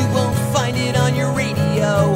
You won't find it on your radio.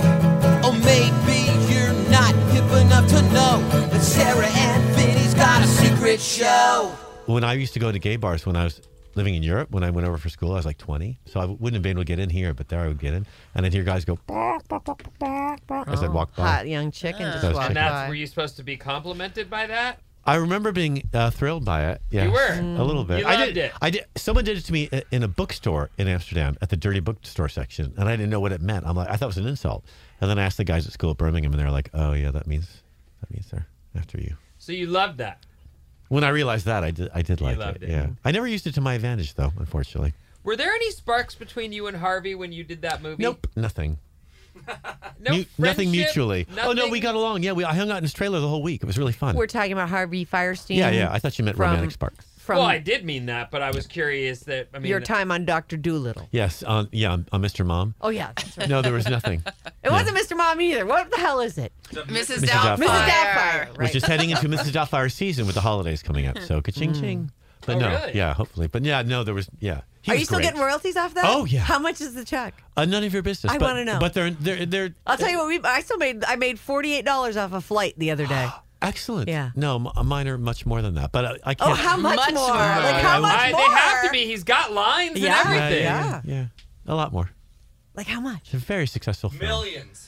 Or maybe you're not hip enough to know that Sarah and Vinny's got a secret show. when I used to go to gay bars when I was living in Europe, when I went over for school, I was like 20. So I wouldn't have been able to get in here, but there I would get in. And I'd hear guys go, "Bark, bark, bark, bark, bark," as I'd walk by. hot young chicken Those just walked chickens. And that's were by. you supposed to be complimented by that? I remember being uh, thrilled by it. Yeah, You were. a little bit. You I loved did, it. I did. Someone did it to me i- in a bookstore in Amsterdam at the dirty bookstore section, and I didn't know what it meant. I'm like, I thought it was an insult. And then I asked the guys at school at Birmingham, and they're like, "Oh yeah, that means that means they're after you." So you loved that. When I realized that, I did. I did like loved it. Yeah, I never used it to my advantage though, unfortunately. Were there any sparks between you and Harvey when you did that movie? Nope, nothing. Mu- No nothing friendship? mutually. Oh no, Nothing? we got along. Yeah, we I hung out in his trailer the whole week. It was really fun. We're talking about Harvey Firestein. yeah, yeah. I thought you meant from- romantic sparks. From well, I did mean that, but I was curious that I mean your time on Doctor Doolittle. Yes, on yeah, on, on Mr. Mom. Oh yeah, that's right. No, there was nothing. it wasn't Mr. Mom either. What the hell is it, Mrs. Mrs. Doubtfire. Doubtfire. Mrs. Doubtfire? Right. Hmm. Which is heading into Mrs. Doubtfire's season with the holidays coming up. So ka-ching ching. But Oh, no, really? yeah, hopefully. But yeah, no, there was yeah. He Are was you still great. getting royalties off that? Oh, yeah. How much is the check? Uh, none of your business. I but- wanna know. But they're they're they're I'll tell you what. We I still made I made forty eight dollars off a flight the other day. excellent. Yeah. No, m- mine are much more than that. But I, I can't. Oh, how much, Much more? more. Like I- how much I, more? They have to be. He's got Yeah. lines and Yeah, everything. yeah, yeah, yeah. A lot more. Like how much? It's a very successful film. Millions.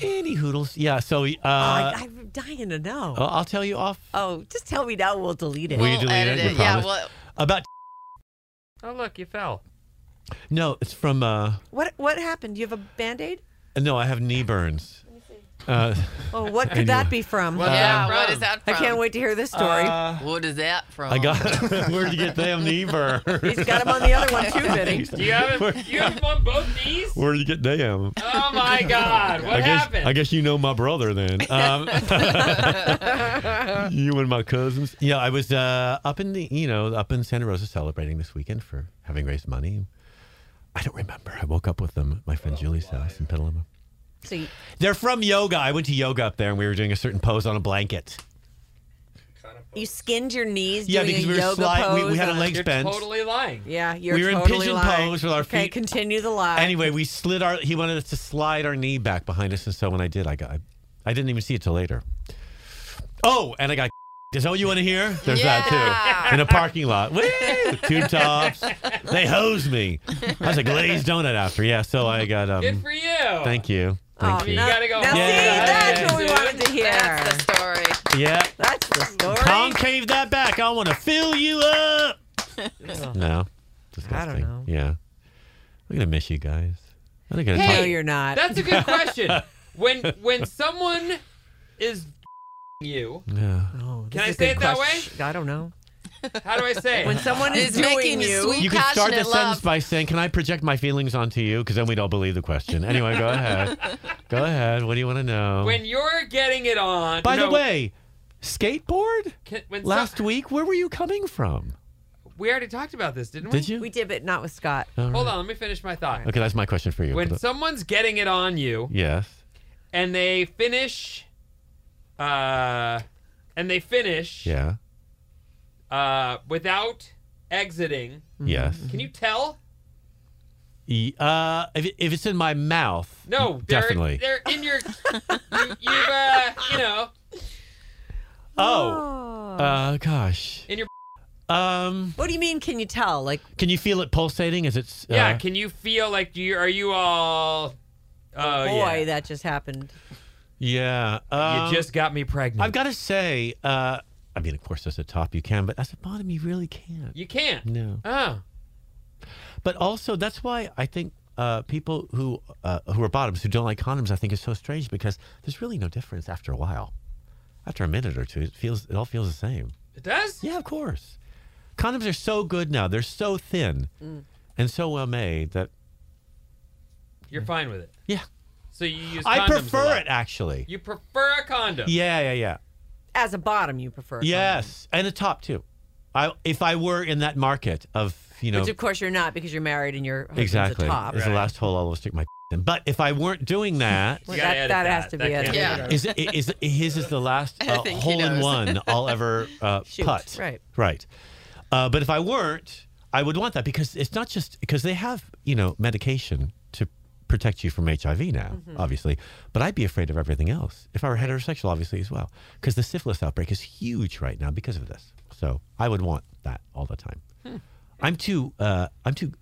Any hoodles. Yeah, so uh, Oh, I, I'm dying to know. I'll- I'll tell you off Oh, just tell me now. We'll delete it. Will We'll you delete edit it? You it. Yeah, promise? well- about Oh look, you fell. no, it's from uh what What happened? Do you have a band aid? no, I have knee burns. Uh, Oh, what could that be from? Well, Uh, yeah, Um, from? what is that I from? can't wait to hear this story. What is that from? I got where'd you get them knee burns? He's got him on the other one too, Vinny. Do you have him, you have him on both knees? Where'd you get them? Oh my God! What I guess happened? I guess you know my brother then. Um, you and my cousins. Yeah, I was uh, up in the you know up in Santa Rosa celebrating this weekend for having raised money. I don't remember. I woke up with them at my friend Julie's house in Petaluma. So you- They're from yoga. I went to yoga up there and we were doing a certain pose on a blanket. You skinned your knees Yeah, doing because a we were yoga sliding. We, pose. we had a on- legs You're bent. totally lying. Yeah, you're we were in totally pigeon lying. pose with our Okay, feet- continue the lie. Anyway, we slid our. He wanted us to slide our knee back behind us, and so when I did, I got. I, I didn't even see it till later. Oh, and I got. Is that what you want to hear? There's that Yeah. too. In a parking lot. Woo! Tube tops. They hosed me. I was a glazed donut after. Yeah, so I got. Um, Good for you. Thank you. Thank Oh, you. You no. gotta go. Now, home. see, Yeah. that's what we Dude. wanted to hear. That's the story. Yeah. That's the story. Concave that back. I want to fill you up. no. Disgusting. know. Yeah. I'm going to miss you guys. I'm not going to no, talk. you're not. That's a good question. when when someone is you, Yeah. oh, this Can I is a say good it that question. I don't know. how do I say? it? When someone is It's doing making you, sweet, You can passionate start the sentence love. by saying, "Can I project my feelings onto you?" Because then we'd all believe the question. Anyway, go ahead. Go ahead. What do you want to know? when you're getting it on. By the no, way, skateboard. can- when so- Last week, where were you coming from? we already talked about this, didn't we? Did you? we did, but not with Scott. All Hold right. on, let me finish my thought. Okay, that's my question for you. When But- someone's getting it on you yes. and they finish, uh, and they finish, Yeah. uh, without exiting, Yes. Mm-hmm. can you tell? E- Uh, if, it- if it's in my mouth, No, they're, definitely. They're in your, you, you've, uh, you know, oh, uh, gosh. In your- Um, What do you mean? Can you tell? Like, can you feel it pulsating as it's? yeah. uh, Can you feel like you are you all? Oh, boy, yeah. that just happened. yeah. you um, just got me pregnant. I've got to say, uh, I mean, of course, as a top you can, but as a bottom you really can't. You can't. No. Oh. But also, that's why I think uh, people who uh, who are bottoms who don't like condoms, I think, is so strange because there's really no difference after a while. After a minute or two, it feels it all feels the same. It does? Yeah, of course. Condoms are so good now; they're so thin Mm. and so well made that You're fine with it. yeah, So you use I condoms a lot. prefer it actually. You prefer a condom. yeah, yeah, yeah. As a bottom, you prefer. a Yes, and a top too. I if I were in that market of you condom. know Which, of course, you're not because you're married and your husband's exactly a top. is the Right. last hole I'll stick my in. But if I weren't doing that, Well, You gotta that, edit that that. has to That be can't edited. be Yeah. out. is, is his is the last I uh, think he hole in knows. one I'll ever uh, Shoot, putt. right. right. Uh, but if I weren't, I would want that because it's not just because they have you know medication to protect you from HIV now, obviously. But I'd be afraid of everything else if I were heterosexual, obviously as well, because the syphilis outbreak is huge right now because of this. So I would want that all the time. I'm too. Uh, I'm too.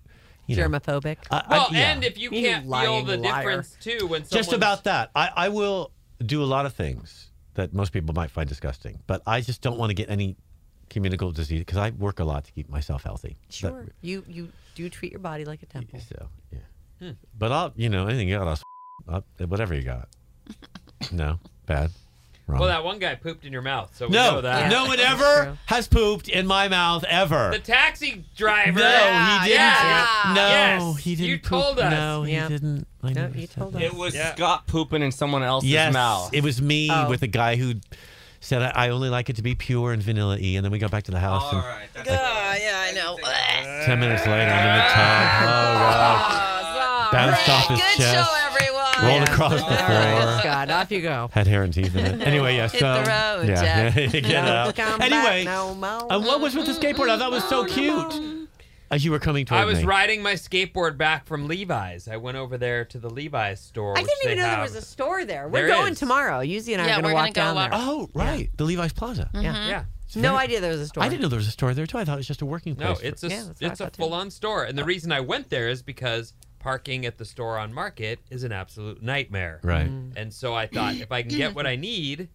You know, Germophobic. I- I- Well, yeah. and if you You can't feel lying the liar. difference too when someone's just about that. I, I will do a lot of things that most people might find disgusting, but I just don't want to get any communicable disease because I work a lot to keep myself healthy. That- sure. you you do treat your body like a temple. so yeah, Hmm. but I'll you know anything you got, I'll, s- I'll whatever you got. no, bad, wrong. Well, that one guy pooped in your mouth, so we no, know that. no one that's ever true. has pooped in my mouth ever. The taxi driver. no, Yeah, he didn't. yeah. No, Yes, he didn't. you poop. told us. No, he Yeah. didn't. I No, never you said told that. us. It was Yeah. Scott pooping in someone else's Yes, mouth. it was me Oh. with a guy who said I, I only like it to be pure and vanilla y, and then we got back to the house. All and right. That's Oh, yeah, I know. Ten minutes later, I'm in the tub. Oh wow! Ah, Bounced sorry. off his Good chest. show, everyone. Rolled across the All right, floor. Scott, off you go. Had hair and teeth in it. Anyway, yes. Hit the um, road, yeah, Jack. get out. Come back Anyway, no more. and what was with the skateboard? Oh, that was so cute. As you were coming toward I was me. riding my skateboard back from Levi's. I went over there to the Levi's store. I which didn't even they know there have- was a store there. We're There going is. tomorrow. Yuzi and I Yeah, are we're going to gonna walk go down walk- there. Oh right, the Levi's Plaza. Mm. Mm-hmm. Yeah. no idea there was a store. I didn't know there was a store there too. I thought it was just a working place. No, for- it's a Yeah, that's what I it's a thought, too. Uh, full on store, and the reason I went there is because parking at the store on Market is an absolute nightmare. right. Mm. And so I thought if I can get what I need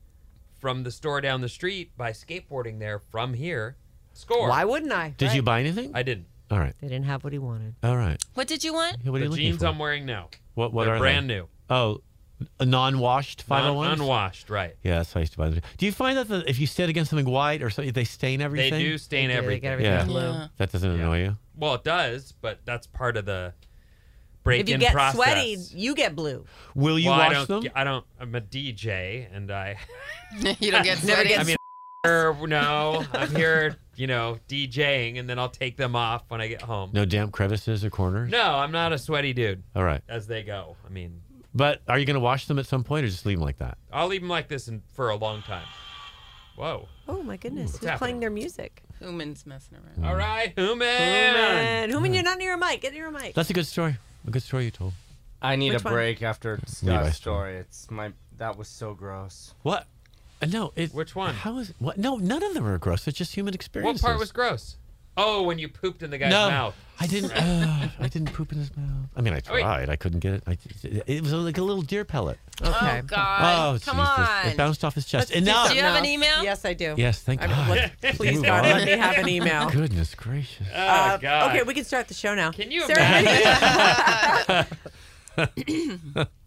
from the store down the street by skateboarding there from here, score. Why wouldn't I? Did Right. you buy anything? I didn't. All right. They didn't have what he wanted. All right. What did you want? Yeah, what are the you looking jeans for? I'm wearing now. What what They're are brand they? new. Oh, non-washed Non- 501s? unwashed, right. Yeah, that's how I used to buy them. Do you find that the, if you stand against something white or something, they stain They everything? do stain They do, they everything. get everything Yeah. blue. Yeah. That doesn't Yeah. annoy you? Well, it does, but that's part of the break-in If you get process. sweaty, you get blue. Will you well, I wash don't, them? I don't. I'm a DJ, and I you don't get Never sweaty. gets- I mean, er, no, I'm here, you know, DJing, and then I'll take them off when I get home. No damp crevices or corners? No, I'm not a sweaty dude All right. as they go. I mean, But are you going to wash them at some point or just leave them like that? I'll leave them like this in, for a long time. Whoa. Oh my goodness, who's happening? playing their music? Human's messing around. Mm. All right, Oh human. man, Human, you're not near a mic. Get near a mic. That's a good story. A good story you told. I need Which a one? break after Levi's Scott's store. story. It's my that was so gross. What? Uh, No. It, Which one? How is What? No, none of them are gross. It's just human What experiences. part was gross? Oh, when you pooped in the guy's no, mouth. Oh, I didn't. Uh, I didn't poop in his mouth. I mean, I wait. tried. I couldn't get it. I, it was like a little deer pellet. okay. Oh, God. oh, Come Jesus. on. It bounced off his chest. Enough. Do you have an email? Yes, I do. Yes, thank I'm- God. look, please, Move God, on. let me have an email. Goodness gracious. Oh, Uh, God. Okay, we can start the show now. Can you Sarah imagine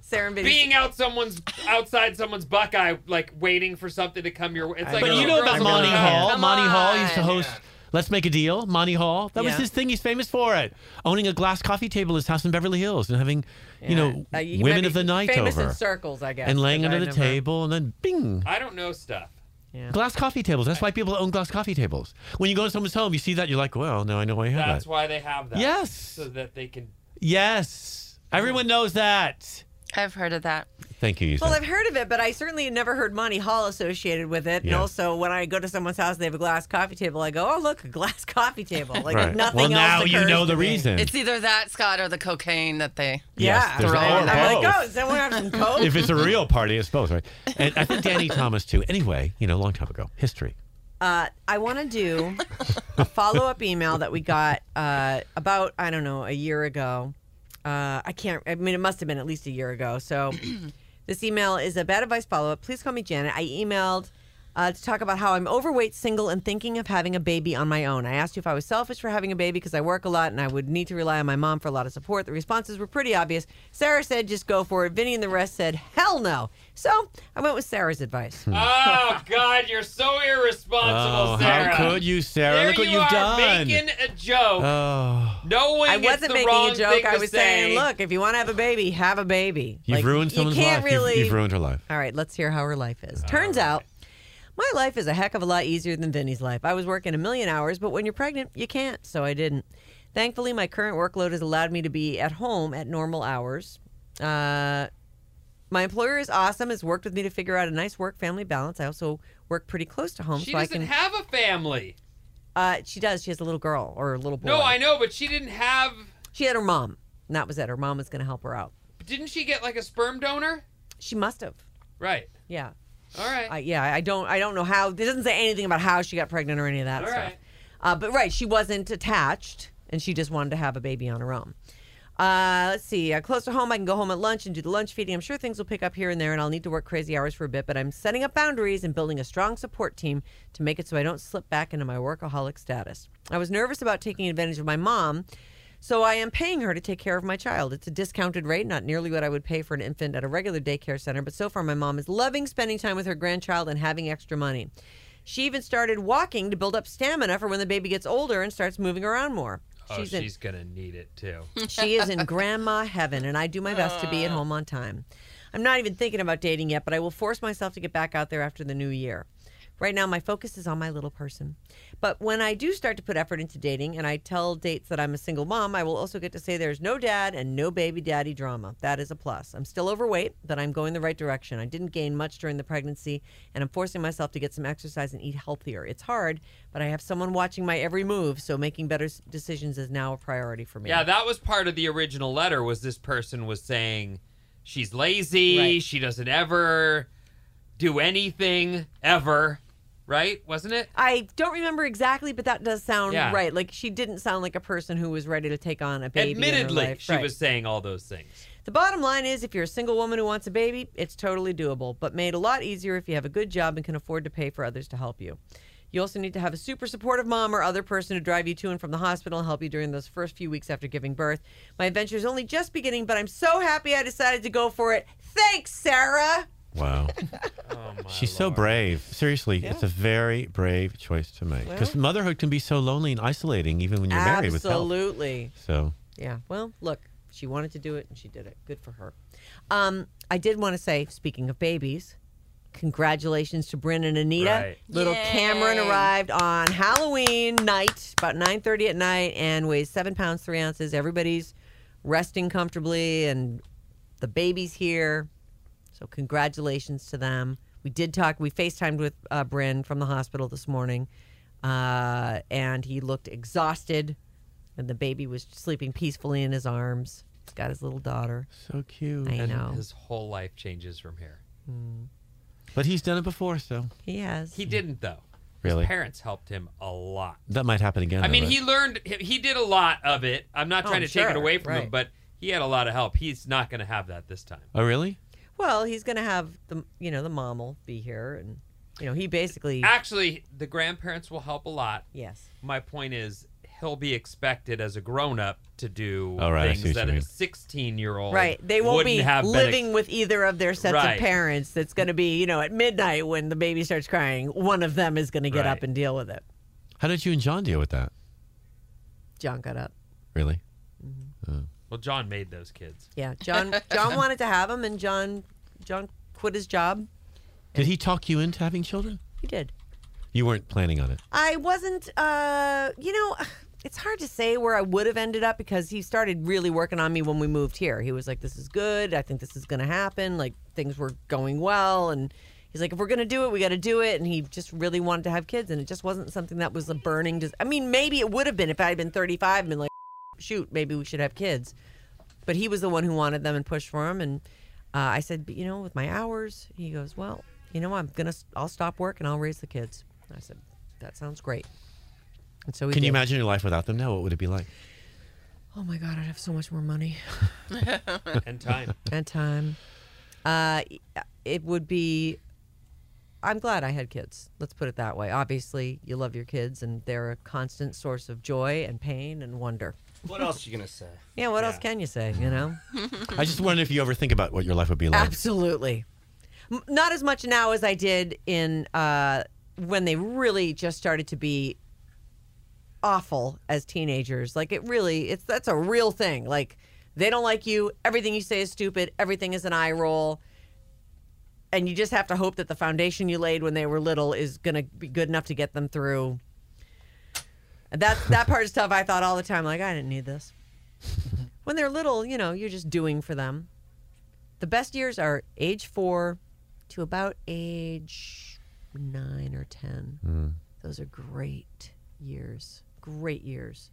Sarah and Vinny- being out someone's outside someone's buckeye, like waiting for something to come your way? It's like, But know. you know gross. about I Monty really Hall. Come Monty Hall used to on. host Let's Make a Deal. Monty Hall. That was Yeah. his thing. He's famous for it. Owning a glass coffee table at his house in Beverly Hills and having, you know, Uh, you might women be of the night famous over in circles, I guess. and laying 'cause under I the never- table and then bing. I don't know stuff. Yeah. Glass coffee tables. That's why people own glass coffee tables. When you go to someone's home, you see that you're like, well, now I know why you have That's that. why they have that. Yes. So that they can. Yes. Everyone knows that. I've heard of that. Thank you. Well, Ethan. I've heard of it, but I certainly had never heard Monty Hall associated with it. Yeah. And also, when I go to someone's house and they have a glass coffee table, I go, "Oh, look, a glass coffee table!" Like Right. nothing well, else. now you occurs know to the me. reason. It's either that, Scott, or the cocaine that they. Yes, Yeah, there's right. all- I'm both. like, "Oh, does anyone have some coke?" if it's a real party, it's both, right? And I think Danny Thomas too. Anyway, you know, long time ago, history. Uh, I want to do a follow up email that we got uh, about, I don't know, a year ago. Uh, I can't, I mean, it must have been at least a year ago. So this email is a bad advice follow up. Please call me Janet. I emailed uh, to talk about how I'm overweight, single, and thinking of having a baby on my own. I asked you if I was selfish for having a baby because I work a lot and I would need to rely on my mom for a lot of support. The responses were pretty obvious. Sarah said, just go for it. Vinny and the rest said, hell no. So I went with Sarah's advice. Oh God, you're so irresponsible, Oh, Sarah. how could you, Sarah? There Look what you you've are done. making a joke. oh, no one I gets wasn't the making wrong a thing joke. to I was say. saying, look, if you want to have a baby, have a baby. you've Like, ruined you someone's can't life. You've- Really... You've, ruined her life. All right, let's hear how her life is. Turns out my life is a heck of a lot easier than Vinny's life. I was working a million hours, but when you're pregnant, you can't, so I didn't. Thankfully, my current workload has allowed me to be at home at normal hours. Uh, my employer is awesome, has worked with me to figure out a nice work family balance. I also work pretty close to home, she so I doesn't can. have a family. uh, she does. She has a little girl or a little boy. No, I know, but she didn't have. She had her mom, and that was it. Her mom was going to help her out. Didn't she get like a sperm donor? She must have. Right. Yeah. All right. I, yeah, I don't, I don't know how. It doesn't say anything about how she got pregnant or any of that All stuff. right. Uh, but right, she wasn't attached, and she just wanted to have a baby on her own. Uh, let's see. Uh, close to home, I can go home at lunch and do the lunch feeding. I'm sure things will pick up here and there, and I'll need to work crazy hours for a bit. But I'm setting up boundaries and building a strong support team to make it so I don't slip back into my workaholic status. I was nervous about taking advantage of my mom. So I am paying her to take care of my child. It's a discounted rate, not nearly what I would pay for an infant at a regular daycare center, but so far my mom is loving spending time with her grandchild and having extra money. She even started walking to build up stamina for when the baby gets older and starts moving around more. oh, she's, in- gonna need it too. she is in grandma heaven, and I do my best to be at home on time. I'm not even thinking about dating yet, but I will force myself to get back out there after the new year. Right now, my focus is on my little person. But when I do start to put effort into dating and I tell dates that I'm a single mom, I will also get to say there's no dad and no baby daddy drama. That is a plus. I'm still overweight, but I'm going the right direction. I didn't gain much during the pregnancy, and I'm forcing myself to get some exercise and eat healthier. It's hard, but I have someone watching my every move, so making better s- decisions is now a priority for me. Yeah, that was part of the original letter. Was this person was saying she's lazy, Right. she doesn't ever do anything ever, right? Wasn't it? I don't remember exactly, but that does sound Yeah. right. Like she didn't sound like a person who was ready to take on a baby. in her Admittedly, life. she Right. was saying all those things. The bottom line is, if you're a single woman who wants a baby, it's totally doable, but made a lot easier if you have a good job and can afford to pay for others to help you. You also need to have a super supportive mom or other person to drive you to and from the hospital and help you during those first few weeks after giving birth. My adventure is only just beginning, but I'm so happy I decided to go for it. Thanks, Sarah. Wow. Oh, She's so brave. Seriously, it's a very brave choice to make. Because motherhood can be so lonely and isolating, even when you're married with help. Absolutely. So, Yeah. Well, look, she wanted to do it and she did it. Good for her. Um, I did want to say, speaking of babies, congratulations to Bryn and Anita. Right. Little Yay. Cameron arrived on Halloween night, about nine thirty at night, and weighs seven pounds three ounces. Everybody's resting comfortably, and the baby's here. So congratulations to them. We did talk. We FaceTimed with uh, Bryn from the hospital this morning, uh, and he looked exhausted. And the baby was sleeping peacefully in his arms. He's got his little daughter. so cute. I And know his whole life changes from here. But he's done it before, so he has. He didn't though. Really? His parents helped him a lot. that might happen again. I though, mean, right? he learned. He he did a lot of it. I'm not Oh, trying I'm to take sure, it away from him, right. but he had a lot of help. He's not going to have that this time. Oh, really? well, he's gonna have the you know the mom will be here, and you know he basically Actually, the grandparents will help a lot. yes. My point is, he'll be expected as a grown up to do Oh, right, I see things what that you a mean. 16 year old Right, they won't wouldn't be have been ex- living with either of their sets Right. of parents. That's going to be, you know, at midnight when the baby starts crying, one of them is going to get Right. up and deal with it. How did you and John deal with that? John got up. Really? well, John made those kids. Yeah, John. John wanted to have him, and John, John quit his job. Did he talk you into having children? He did. You weren't planning on it. I wasn't, uh, you know, it's hard to say where I would have ended up because he started really working on me when we moved here. He was like, this is good. I think this is going to happen. Like, things were going well. And he's like, if we're going to do it, we got to do it. And he just really wanted to have kids. And it just wasn't something that was a burning. Des- I mean, maybe it would have been if I had been 35 and been like, shoot, maybe we should have kids. But he was the one who wanted them and pushed for them. And uh, I said, but you know, with my hours, he goes, well, you know, I'm gonna, I'll stop work and I'll raise the kids. And I said, that sounds great. And so we Can you did. imagine your life without them now? What would it be like? Oh my God, I'd have so much more money And time. uh, and time. Uh, it would be. I'm glad I had kids. Let's put it that way. Obviously, you love your kids, and they're a constant source of joy and pain and wonder. What else are you gonna say? Yeah, what else can you say? You know, I just wondered if you ever think about what your life would be like. absolutely. M- Not as much now as I did in uh, when they really just started to be awful as teenagers. Like it really, it's that's a real thing. Like they don't like you. Everything you say is stupid. Everything is an eye roll. And you just have to hope that the foundation you laid when they were little is going to be good enough to get them through. And that that part is tough. I thought all the time, like I didn't need this. when they're little, you know, you're just doing for them. The best years are age four to about age nine or ten. Hmm. Those are great years. Great years.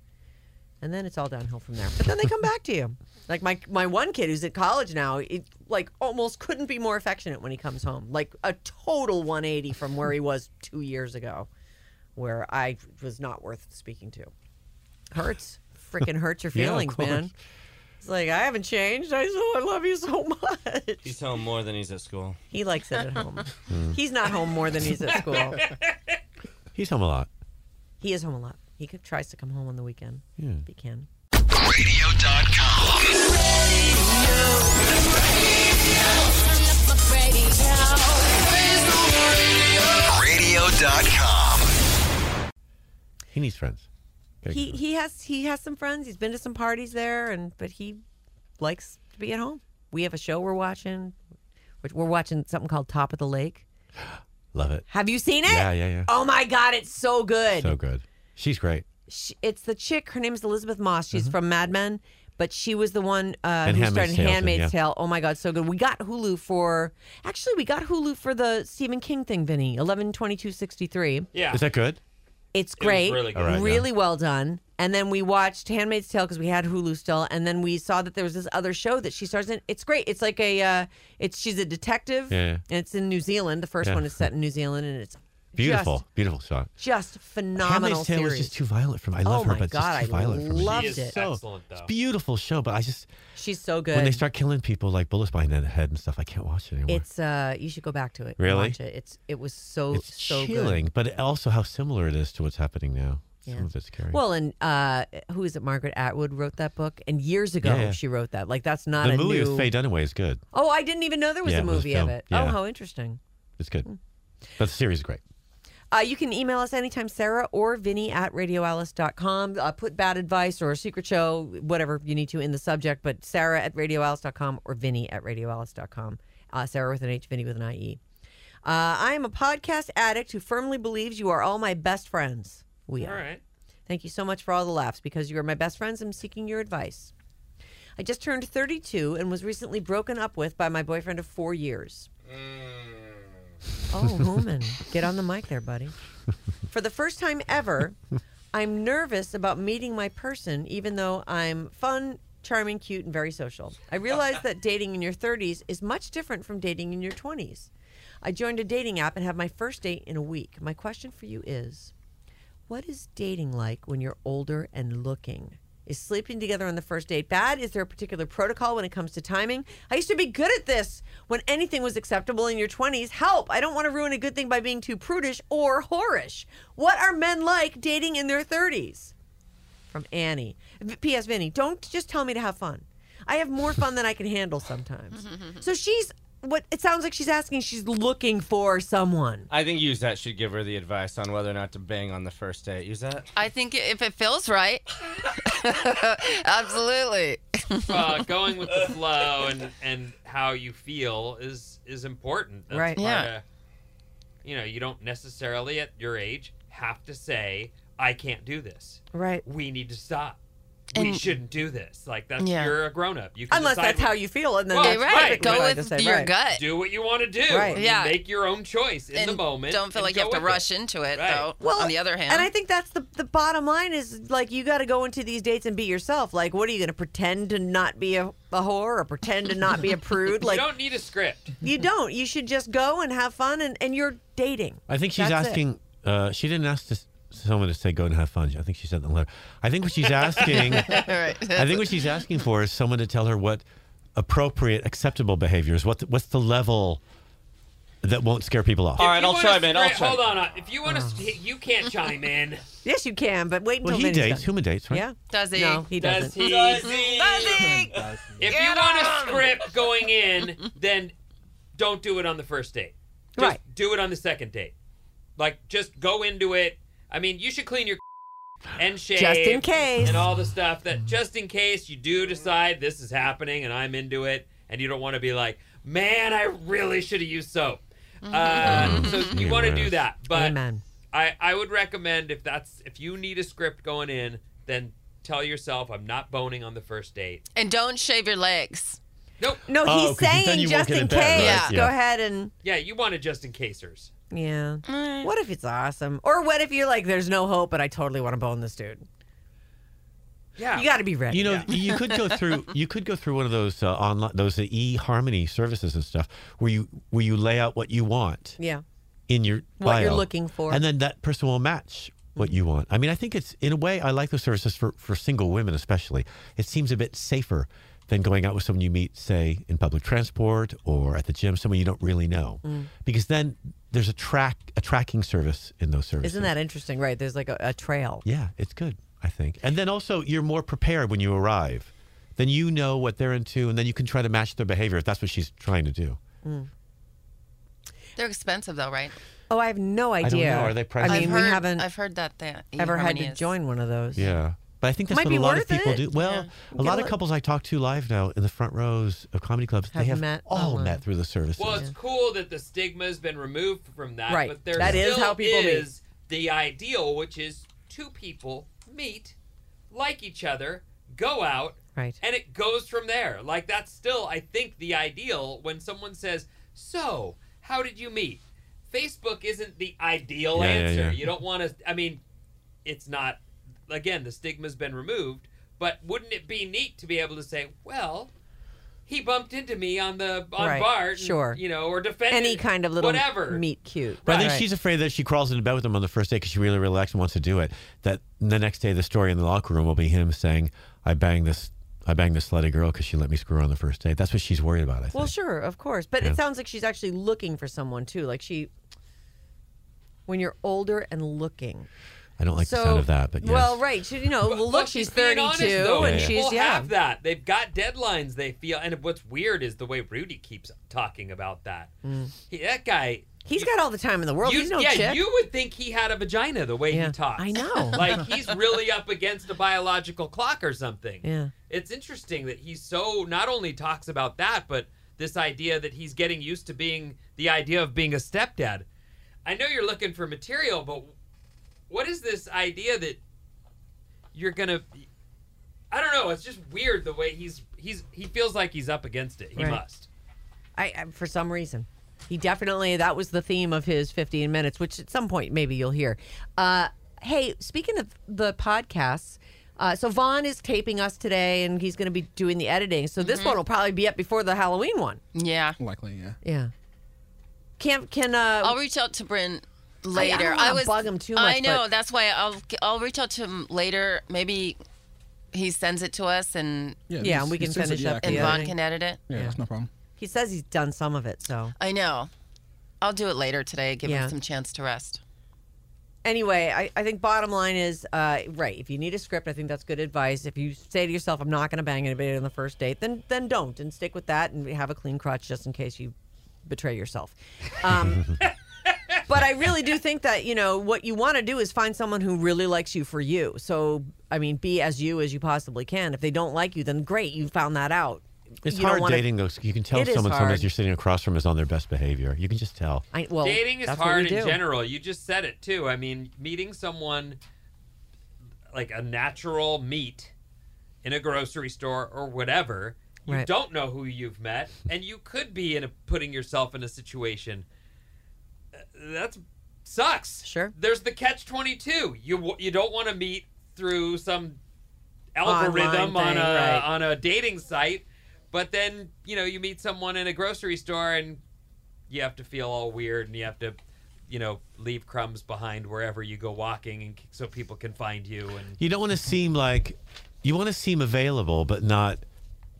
And then it's all downhill from there. But then they come back to you. Like my my one kid who's at college now, it like almost couldn't be more affectionate when he comes home. Like a total 180 from where he was two years ago, where I was not worth speaking to. Hurts. Freaking hurts your Yeah, of feelings, course. man. It's like I haven't changed. I still I love you so much. He's home more than he's at school. He likes it at home. Hmm. he's not home more than he's at school. He's home a lot. He is home a lot. He c- tries to come home on the weekend if he can. Radio.com. He needs friends. Okay. He he has he has some friends. He's been to some parties there, and but he likes to be at home. We have a show we're watching. Which we're watching something called Top of the Lake. Love it. Have you seen it? Yeah, yeah, yeah. Oh my God, it's so good. So good. She's great. she, it's the chick. Her name is Elizabeth Moss. She's from Mad Men, but she was the one uh, Mm-hmm. And who Handmaid's started Tale, too, Handmaid's yeah. Tale. Oh my God, so good. We got Hulu for actually we got Hulu for the Stephen King thing, Vinny. Eleven twenty two sixty three. Yeah. Is that good? It's great, really good. All right, yeah. really well done. And then we watched Handmaid's Tale because we had Hulu still, and then we saw that there was this other show that she stars in. It's great. It's like a, uh, it's she's a detective, Yeah, yeah. and it's in New Zealand. The first Yeah. one is set in New Zealand, and it's Beautiful. Beautiful shot. just, just phenomenal Handmaid's Tale series. was just too violent for me. I love Oh her, my but it's God, just too I violent for me. loved She is it. So, excellent, it's though. a beautiful show, but I just She's so good. when they start killing people like bullets behind their head and stuff, I can't watch it anymore. It's uh, you should go back to it. and Really? watch it. It's it was so It's so chilling, but also how similar it is to what's happening now. Some Yeah. of it's scary. good. Well, and uh, who is it? Margaret Atwood wrote that book, and years ago Yeah, yeah. she wrote that. Like that's not the a movie new. with Faye Dunaway is good. oh, I didn't even know there was Yeah, a it was a movie of film. it. Oh, Yeah. how interesting. It's good, but the series is great. Uh, you can email us anytime, Sarah or Vinny at radioalice.com. Uh, put bad advice or a secret show, whatever you need to in the subject, but Sarah at radioalice.com or Vinny at radioalice.com. Uh, Sarah with an H, Vinny with an IE. Uh, I am a podcast addict who firmly believes you are all my best friends. We All are. right. Thank you so much for all the laughs because you are my best friends. I'm seeking your advice. I just turned 32 and was recently broken up with by my boyfriend of four years. Oh, Homan, get on the mic there, buddy. For the first time ever, I'm nervous about meeting my person, even though I'm fun, charming, cute, and very social. I realize that dating in your 30s is much different from dating in your 20s. I joined a dating app and had my first date in a week. My question for you is what is dating like when you're older and looking? Is sleeping together on the first date bad? Is there a particular protocol when it comes to timing? I used to be good at this when anything was acceptable in your 20s. Help! I don't want to ruin a good thing by being too prudish or whorish. What are men like dating in their 30s? From Annie. V- P.S. Vinny, don't just tell me to have fun. I have more fun than I can handle sometimes. so she's what it sounds like she's asking, she's looking for someone. I think use that should give her the advice on whether or not to bang on the first date. Use that. I think if it feels right, absolutely. uh, going with the flow and and how you feel is is important. That's Right. why, Yeah. uh, you know, you don't necessarily at your age have to say, "I can't do this. Right. We need to stop. we And- shouldn't do this." Like that's Yeah. you're a grown up. You can Unless decide that's what- how you feel, and then Well, that's Right. right. perfectly Go fine to with say, your right. gut. do what you want to do. Right. You Yeah. Make your own choice in the And moment. Don't feel and like you go have to with rush it. into it, Right. though. on the other hand, and I think that's the the bottom line is like you got to go into these dates and be yourself. Like, what are you going to pretend to not be a, a whore or pretend to not be a prude? Like, you don't need a script. you don't. You should just go and have fun, and, and you're dating. I think she's That's it. asking. Uh, she didn't ask this, someone to say go and have fun. I think she said in the letter. I think what she's asking. right. I think what she's asking for is someone to tell her what appropriate, acceptable behavior is. What the, what's the level that won't scare people off. All right, You I'll wanna chime in. I'll stra- chime Hold on. uh, If you want to, you can't chime in. Yes, you can, but wait until Well, he Vinny's dates. done. Human dates, right? Yeah. Does he? No, he Does doesn't. he? Buzzing! If you Get want on! a script going in, then don't do it on the first date. Just Right. Do it on the second date. Like, just go into it. I mean, you should clean your and shave Just in case. and all the stuff that just in case you do decide this is happening and I'm into it, and you don't want to be like, man, I really should have used soap. Uh, so you want to do that, but Mm-hmm. Amen. I, I would recommend if that's if you need a script going in, then tell yourself I'm not boning on the first date. And don't shave your legs. Nope. No, Oh, he's 'cause then saying you won't just get in it back, case. right? Go Yeah. ahead and Yeah, you want to just in casers. yeah. What if it's awesome? Or what if you're like, there's no hope, but I totally want to bone this dude. Yeah. You got to be ready. Oh. You know, you could go through you could go through one of those uh, online those e harmony services and stuff where you where you lay out what you want yeah. in your What you're bio, looking for. and then that person will match what you want. I mean, I think it's in a way I like those services for for single women especially. It seems a bit safer than going out with someone you meet, say, in public transport or at the gym, someone you don't really know, Mm. because then there's a track a tracking service in those services. Isn't that interesting? Right. There's like a, a trail. Yeah, it's good, I think. And then also, you're more prepared when you arrive. Then you know what they're into, and then you can try to match their behavior if that's what she's trying to do. They're expensive though, right? Oh, I have no don't idea. know. Are they priced- I mean, have heard, we haven't I've heard that that ever had to eHarmony is- join one of those. Yeah. But I think that's Might what be a lot of worth people it. do. Well, a lot look. of couples I talk to live now in the front rows of comedy clubs, Have they have met all online. met through the services. Well, it's cool that the stigma's been removed from that, Right. but there That still is how people meet. is the ideal, which is two people meet, like each other, go out, Right. and it goes from there. Like that's still, I think, the ideal when someone says, "So, how did you meet?" Facebook isn't the ideal Yeah, yeah, answer. yeah. You don't want to. I mean, it's not. Again, the stigma's been removed, but wouldn't it be neat to be able to say, "Well, he bumped into me on the on Right, Bart, and, sure. you know, or defend Any kind of little whatever." meet cute. But I think Right. she's afraid that if she crawls into bed with him on the first day because she really relaxed and wants to do it. That the next day, the story in the locker room will be him saying, "I banged this, I banged this slutty girl because she let me screw her on the first day." That's what she's worried about. I think. Well, sure, of course. But it sounds like she's actually looking for someone too. Like she, when you're older and looking. I don't like the sound of that, but yes. well, right. She, you know, well, look, Well, she's being 32 honest, though. and Yeah. she's People yeah. have that. They've got deadlines. They feel, and what's weird is the way Rudy keeps talking about that. He, that guy, He's got all the time in the world. you, Mm. He's no yeah, chick. you would think he had a vagina the way Yeah. he talks. I know. like he's really up against a biological clock or something. Yeah. it's interesting that he so not only talks about that, but this idea that he's getting used to being the idea of being a stepdad. I know you're looking for material, but what is this idea that you're gonna? I don't know. It's just weird the way he's he's he feels like he's up against it. He Right. must. I, I for some reason. He definitely that was the theme of his 15 minutes, which at some point maybe you'll hear. Uh, hey, speaking of the podcasts, uh, so Vaughn is taping us today, and he's going to be doing the editing. So this one will probably be up before the Halloween one. Yeah. Likely, yeah. Yeah. Can can uh I'll reach out to Bryn later. don't wanna bug him too much, I know. but- That's why I'll I'll reach out to him later. Maybe he sends it to us and Yeah, this- and we this can seems like- finish yeah, up I can the and do that. other- Vaughn can edit it. Yeah, that's no problem. he says he's done some of it. So I know. I'll do it later today. Give Yeah. him some chance to rest. anyway, I, I think bottom line is uh, right. If you need a script, I think that's good advice. If you say to yourself, "I'm not going to bang anybody on the first date," then then don't and stick with that and have a clean crotch just in case you betray yourself. Um, but I really do think that you know what you want to do is find someone who really likes you for you. So I mean, be as you as you possibly can. If they don't like you, then great, you found that out. It's You don't hard wanna- dating though. 'cause You can tell It is someone hard. sometimes you're sitting across from is on their best behavior. You can just tell. I, well, Dating is that's what we hard do. in general. You just said it too. I mean, meeting someone like a natural meet in a grocery store or whatever, you Right. don't know who you've met, and you could be in a, putting yourself in a situation uh, that's sucks. Sure. There's the catch twenty two. You w- you don't want to meet through some algorithm Online on a thing, right. on a dating site, but then you know you meet someone in a grocery store and you have to feel all weird and you have to you know leave crumbs behind wherever you go walking and c- so people can find you and You don't want to seem like you want to seem available, but not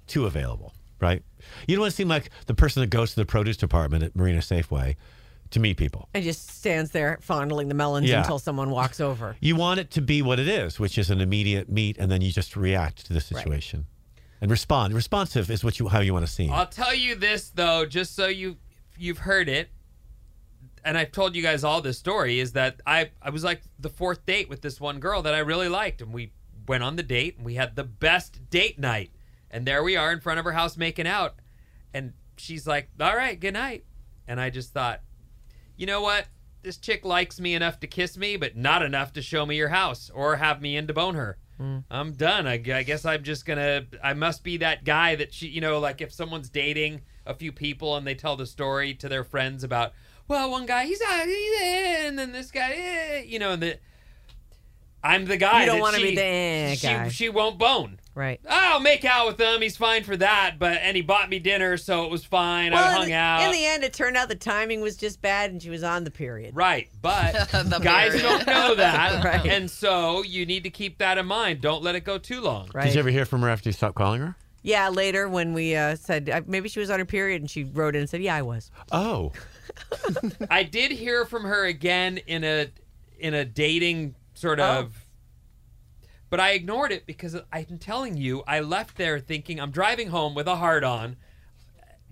too available. right? You don't want to seem like the person that goes to the produce department at Marina Safeway to meet people. And just stands there fondling the melons Yeah. until someone walks over. You want it to be what it is, which is an immediate meet, and then you just react to the situation and respond. Responsive is what you how you want to seem. I'll tell you this though, just so you you've heard it, and I've told you guys all this story is that I I was like the fourth date with this one girl that I really liked, and we went on the date and we had the best date night, and there we are in front of her house making out, and she's like, "All right, good night," and I just thought, you know what? This chick likes me enough to kiss me, but not enough to show me your house or have me in to bone her. Hmm. I'm done. I, I guess I'm just gonna. I must be that guy that she, you know, like if someone's dating a few people and they tell the story to their friends about, well, one guy he's out, he's in, and then this guy, eh, you know, and the. I'm the guy. You don't that wanna be she- the, eh, she- guy. She won't bone. Right. I'll make out with him. He's fine for that. But and he bought me dinner, so it was fine. I in, hung the- out. in the end, it turned out the timing was just bad and she was on the period. Right, but The guys period. don't know that, Right. and so you need to keep that in mind. Don't let it go too long. Right. Did you ever hear from her after you stopped calling her? Yeah, later when we uh, said uh, maybe she was on her period and she wrote in and said, Yeah, I was. Oh, I did hear from her again in a in a dating sort of, but I ignored it because I'm telling you, I left there thinking I'm driving home with a heart on.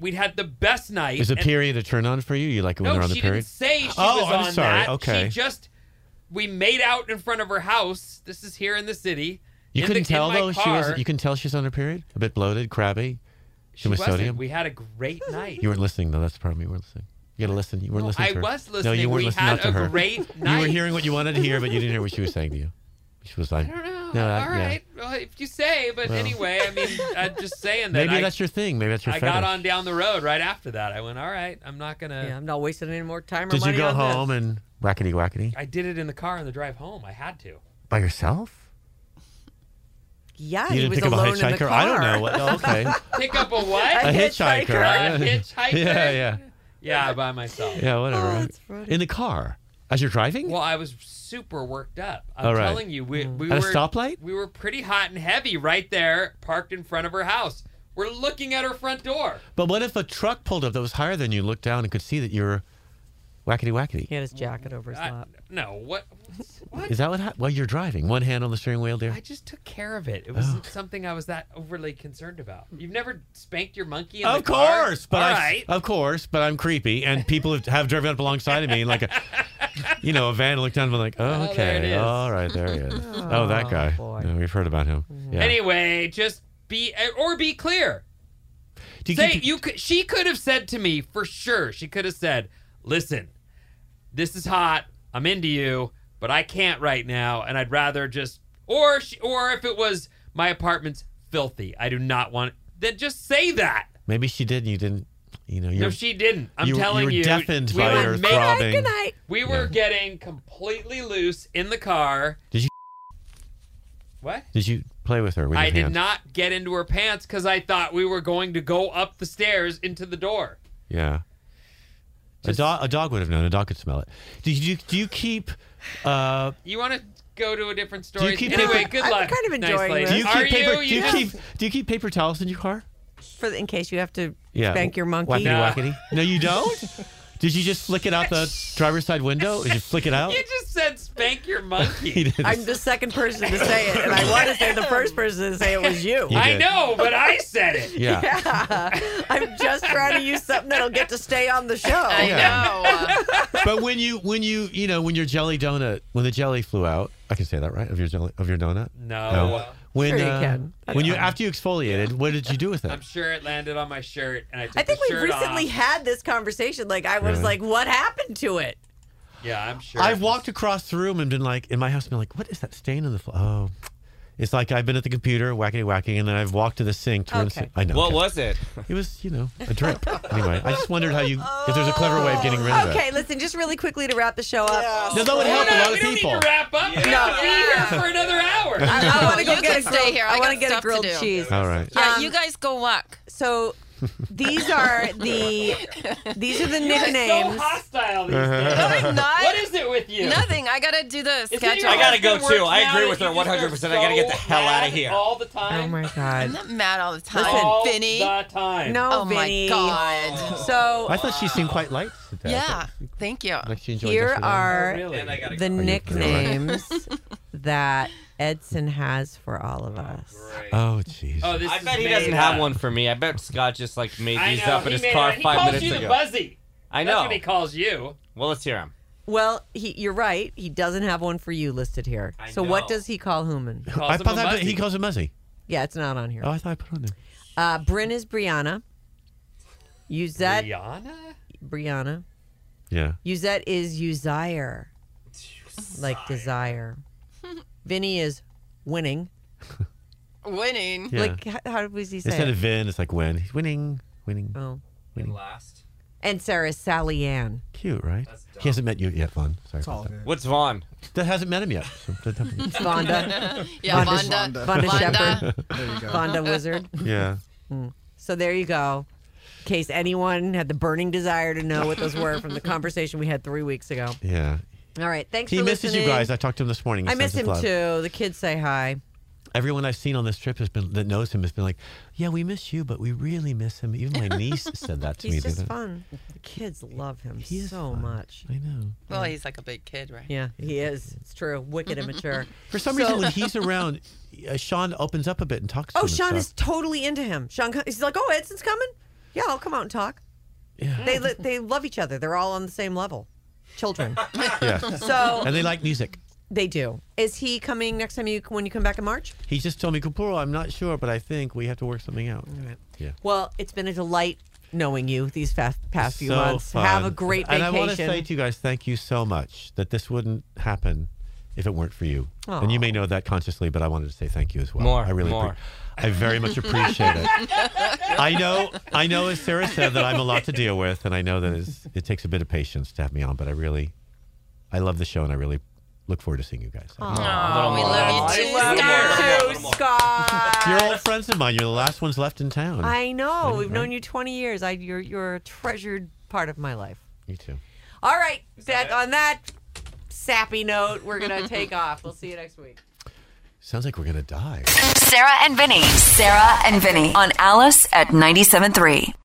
We'd had the best night. is a and- period a turn on for you? You like it when no, they're on the she period? didn't say she Oh, was I'm on sorry. that. Okay. She just we made out in front of her house. This is here in the city. You in the- couldn't in tell my though. She car. was. You can tell she's on her period. A bit bloated, crabby. She was wasn't. sodium? We had a great night. You weren't listening though. That's the problem. You weren't listening. You gotta listen. You weren't listening. I to her. was No, you listening. weren't We listening had not to a her. great You were night. hearing what you wanted to hear, but you didn't hear what she was saying to you. She was like, I don't know. No, I- yeah. All right. Well, if you say, but Well. anyway, I mean, I'm just saying that. Maybe I, that's your thing. Maybe that's your. I got fetish. on down the road right after that. I went, all right, I'm not gonna. Yeah, I'm not wasting any more time or Did money you go on this. home and whackety whackety I did it in the car on the drive home. I had to. by yourself? you Yeah, he didn't was pick up a alone in the hitchhiker. car. I don't know. What, oh, okay, Pick up a what? a hitchhiker. hitchhiker. A hitchhiker? Yeah, yeah, yeah, by myself. yeah. Whatever. Oh, that's funny. in the car as you're driving. Well, I was super worked up. I'm All right. telling you, we, we At a were stoplight? We were pretty hot and heavy right there, parked in front of her house. We're looking at her front door. But what if a truck pulled up that was higher than you, looked down and could see that you're whackety whackety? He had his jacket over his I- lap. no, what? What? Is that what happened? Well, you're driving. One hand on the steering wheel, dear. I just took care of it. It wasn't something I was that overly concerned about. You've never spanked your monkey in Of the car? course, but All I, uh, right. of course, but I'm creepy, and people have, have driven up alongside of me, like a, you know, a van looked down and been like, oh, Oh, there it okay, is. all right, there he is. oh, that guy. boy. Yeah, we've heard about him. Yeah. Anyway, just be eh, or be clear. Do you Say keep- you could. She could have said to me for sure. She could have said, "Listen, this is hot. I'm into you, but I can't right now, and I'd rather just." Or she, or if it was my apartment's filthy, I do not want. Then just say that. maybe she did, and you didn't. You know, you're, no, she didn't. I'm you, telling you were you, deafened we by were her making- throbbing. Good night. We were getting completely loose in the car. Did you- What? Did you play with her? With I your did hands? not get into her pants because I thought we were going to go up the stairs into the door. Yeah. a dog, a dog would have known. A dog could smell it. Do you do you keep? Uh, You want to go to a different you story? keep anyway, paper- good I'm luck. kind of nice enjoying lady. this. do you keep Are paper? do you Yeah. keep do you keep paper towels in your car? For the, in case you have to Yeah. spank your monkey. Wackety No. wackety. No, you don't. Did you just flick it out the driver's side window? Did you flick it out? You just said spank your He monkey. did. I'm the second person to say it, and I want to say the first person to say it was you. You I did. know, but I said it. Yeah. I'm just trying to use something that'll get to stay on the show. I know. But when you when you you know when your jelly donut when the jelly flew out, I can say that right of your jelly of your donut. No. When Sure you uh, can. That's when you fine. after you exfoliated, what did you do with I'm it? sure it landed on my shirt, and I took I think the we shirt recently off. had this conversation. Like I was Really? like, what happened to it? Yeah, I'm sure. I've walked across the room and been like in my house, been like, what is that stain on the floor? Oh, it's like I've been at the computer wackety whacking, and then I've walked to the sink to rinse Okay. it. I know. What okay. was it? It was you know a drip. anyway, I just wondered how you if there's a clever way of getting rid of it. Okay, listen, just really quickly to wrap the show up. No, that would No, help Oh, no, a lot we of don't people. need to wrap up. We No. have to be here for another hour. I, I want to You go can get a stay grilled, here. I I want got to get stuff a to grilled do. cheese. All right. Yeah, Um, you guys go walk. So These are the these are the so nicknames. hostile these Uh-huh. days. I'm not. What is it with you? Nothing. I gotta do the Is it schedule. your I gotta go, husband works too. I now agree that with you her just are 100%. I gotta get the so hell outta mad here. All the Oh time. my I'm god. not mad all the time, all Oh, Vinny. the time. No, Oh my Vinny. god. So I thought she seemed quite light today. Yeah. Thank you. Like she enjoyed here yesterday. are Oh, Really? And I gotta the go. nicknames that Edson has for all of us. Oh, jeez. Oh, this I is bet he made doesn't have up. one for me. I bet Scott just like made I these know, up in he his made car it up. five he minutes calls you ago. the Buzzy. I That's know. what he calls you. Well, let's hear him. Well, he, you're right. He doesn't have one for you listed here. I so what know. does he call Human? He calls I him thought a that Buzzy. he calls him Muzzy. Yeah, it's not on here. Oh, I thought I put it on there. Uh, Bryn is Brianna. Uzette, Rihanna? Brianna. Yeah. Uzette is Uzire, like desire. Vinny is winning. Winning. Yeah. Like, how, how was he say Instead it? of Vin, it's like when. He's winning, winning. oh. Last. And Sarah is Sally Ann. Cute, right? That's dumb. He hasn't met you yet, Vaughn. Sorry. It's all about good. What's Vaughn? that. that hasn't met him yet. So that doesn't- Vonda. Yeah, Vonda's- Vonda. Vonda Vonda. Shepherd. There you go. Vonda Wizard. yeah. So there you go. In case anyone had the burning desire to know what those were from the conversation we had three weeks ago. Yeah. All right. Thanks He for misses listening. you guys. I talked to him this morning. He I miss sends his him love. too. The kids say hi. Everyone I've seen on this trip has been that knows him has been like, "Yeah, we miss you, but we really miss him." Even my niece said that to me. He's the just other- fun. The kids love him He is so fun. much. I know. Well, he's like a big kid, right? Yeah, he is. It's true. Wicked immature. For some So- reason, when he's around, uh, Sean opens up a bit and talks. to Oh, him and Sean is stuff. totally into him. Sean, co- he's like, oh, Edson's coming. Yeah, I'll come out and talk. Yeah. They li- they love each other. They're all on the same level, children. yeah. So and they like music. they do. Is he coming next time you when you come back in March? He just told me, Kapuro, I'm not sure, but I think we have to work something out. Yeah. Well, it's been a delight knowing you these fa- past few so months. fun. Have a great vacation. And I want to say to you guys, thank you so much that this wouldn't happen if it weren't for you. And you may know that consciously, but I wanted to say thank you as well. More, I really, more. I very much appreciate it. I know, I know, as Sarah said, that I'm a lot to deal with, and I know that it's, it takes a bit of patience to have me on. But I really, I love the show, and I really look forward to seeing you guys. Oh, we love you too, Love Star. you too, Scott. You're old friends of mine. You're the last ones left in town. I know. We've Mm. right? known you 20 years. I, you're you're a treasured part of my life. you too. All right. That, on that sappy note, we're going to take off. We'll see you next week. Sounds like we're gonna die. Sarah and Vinny. Sarah and Vinny on Alice at 97.3.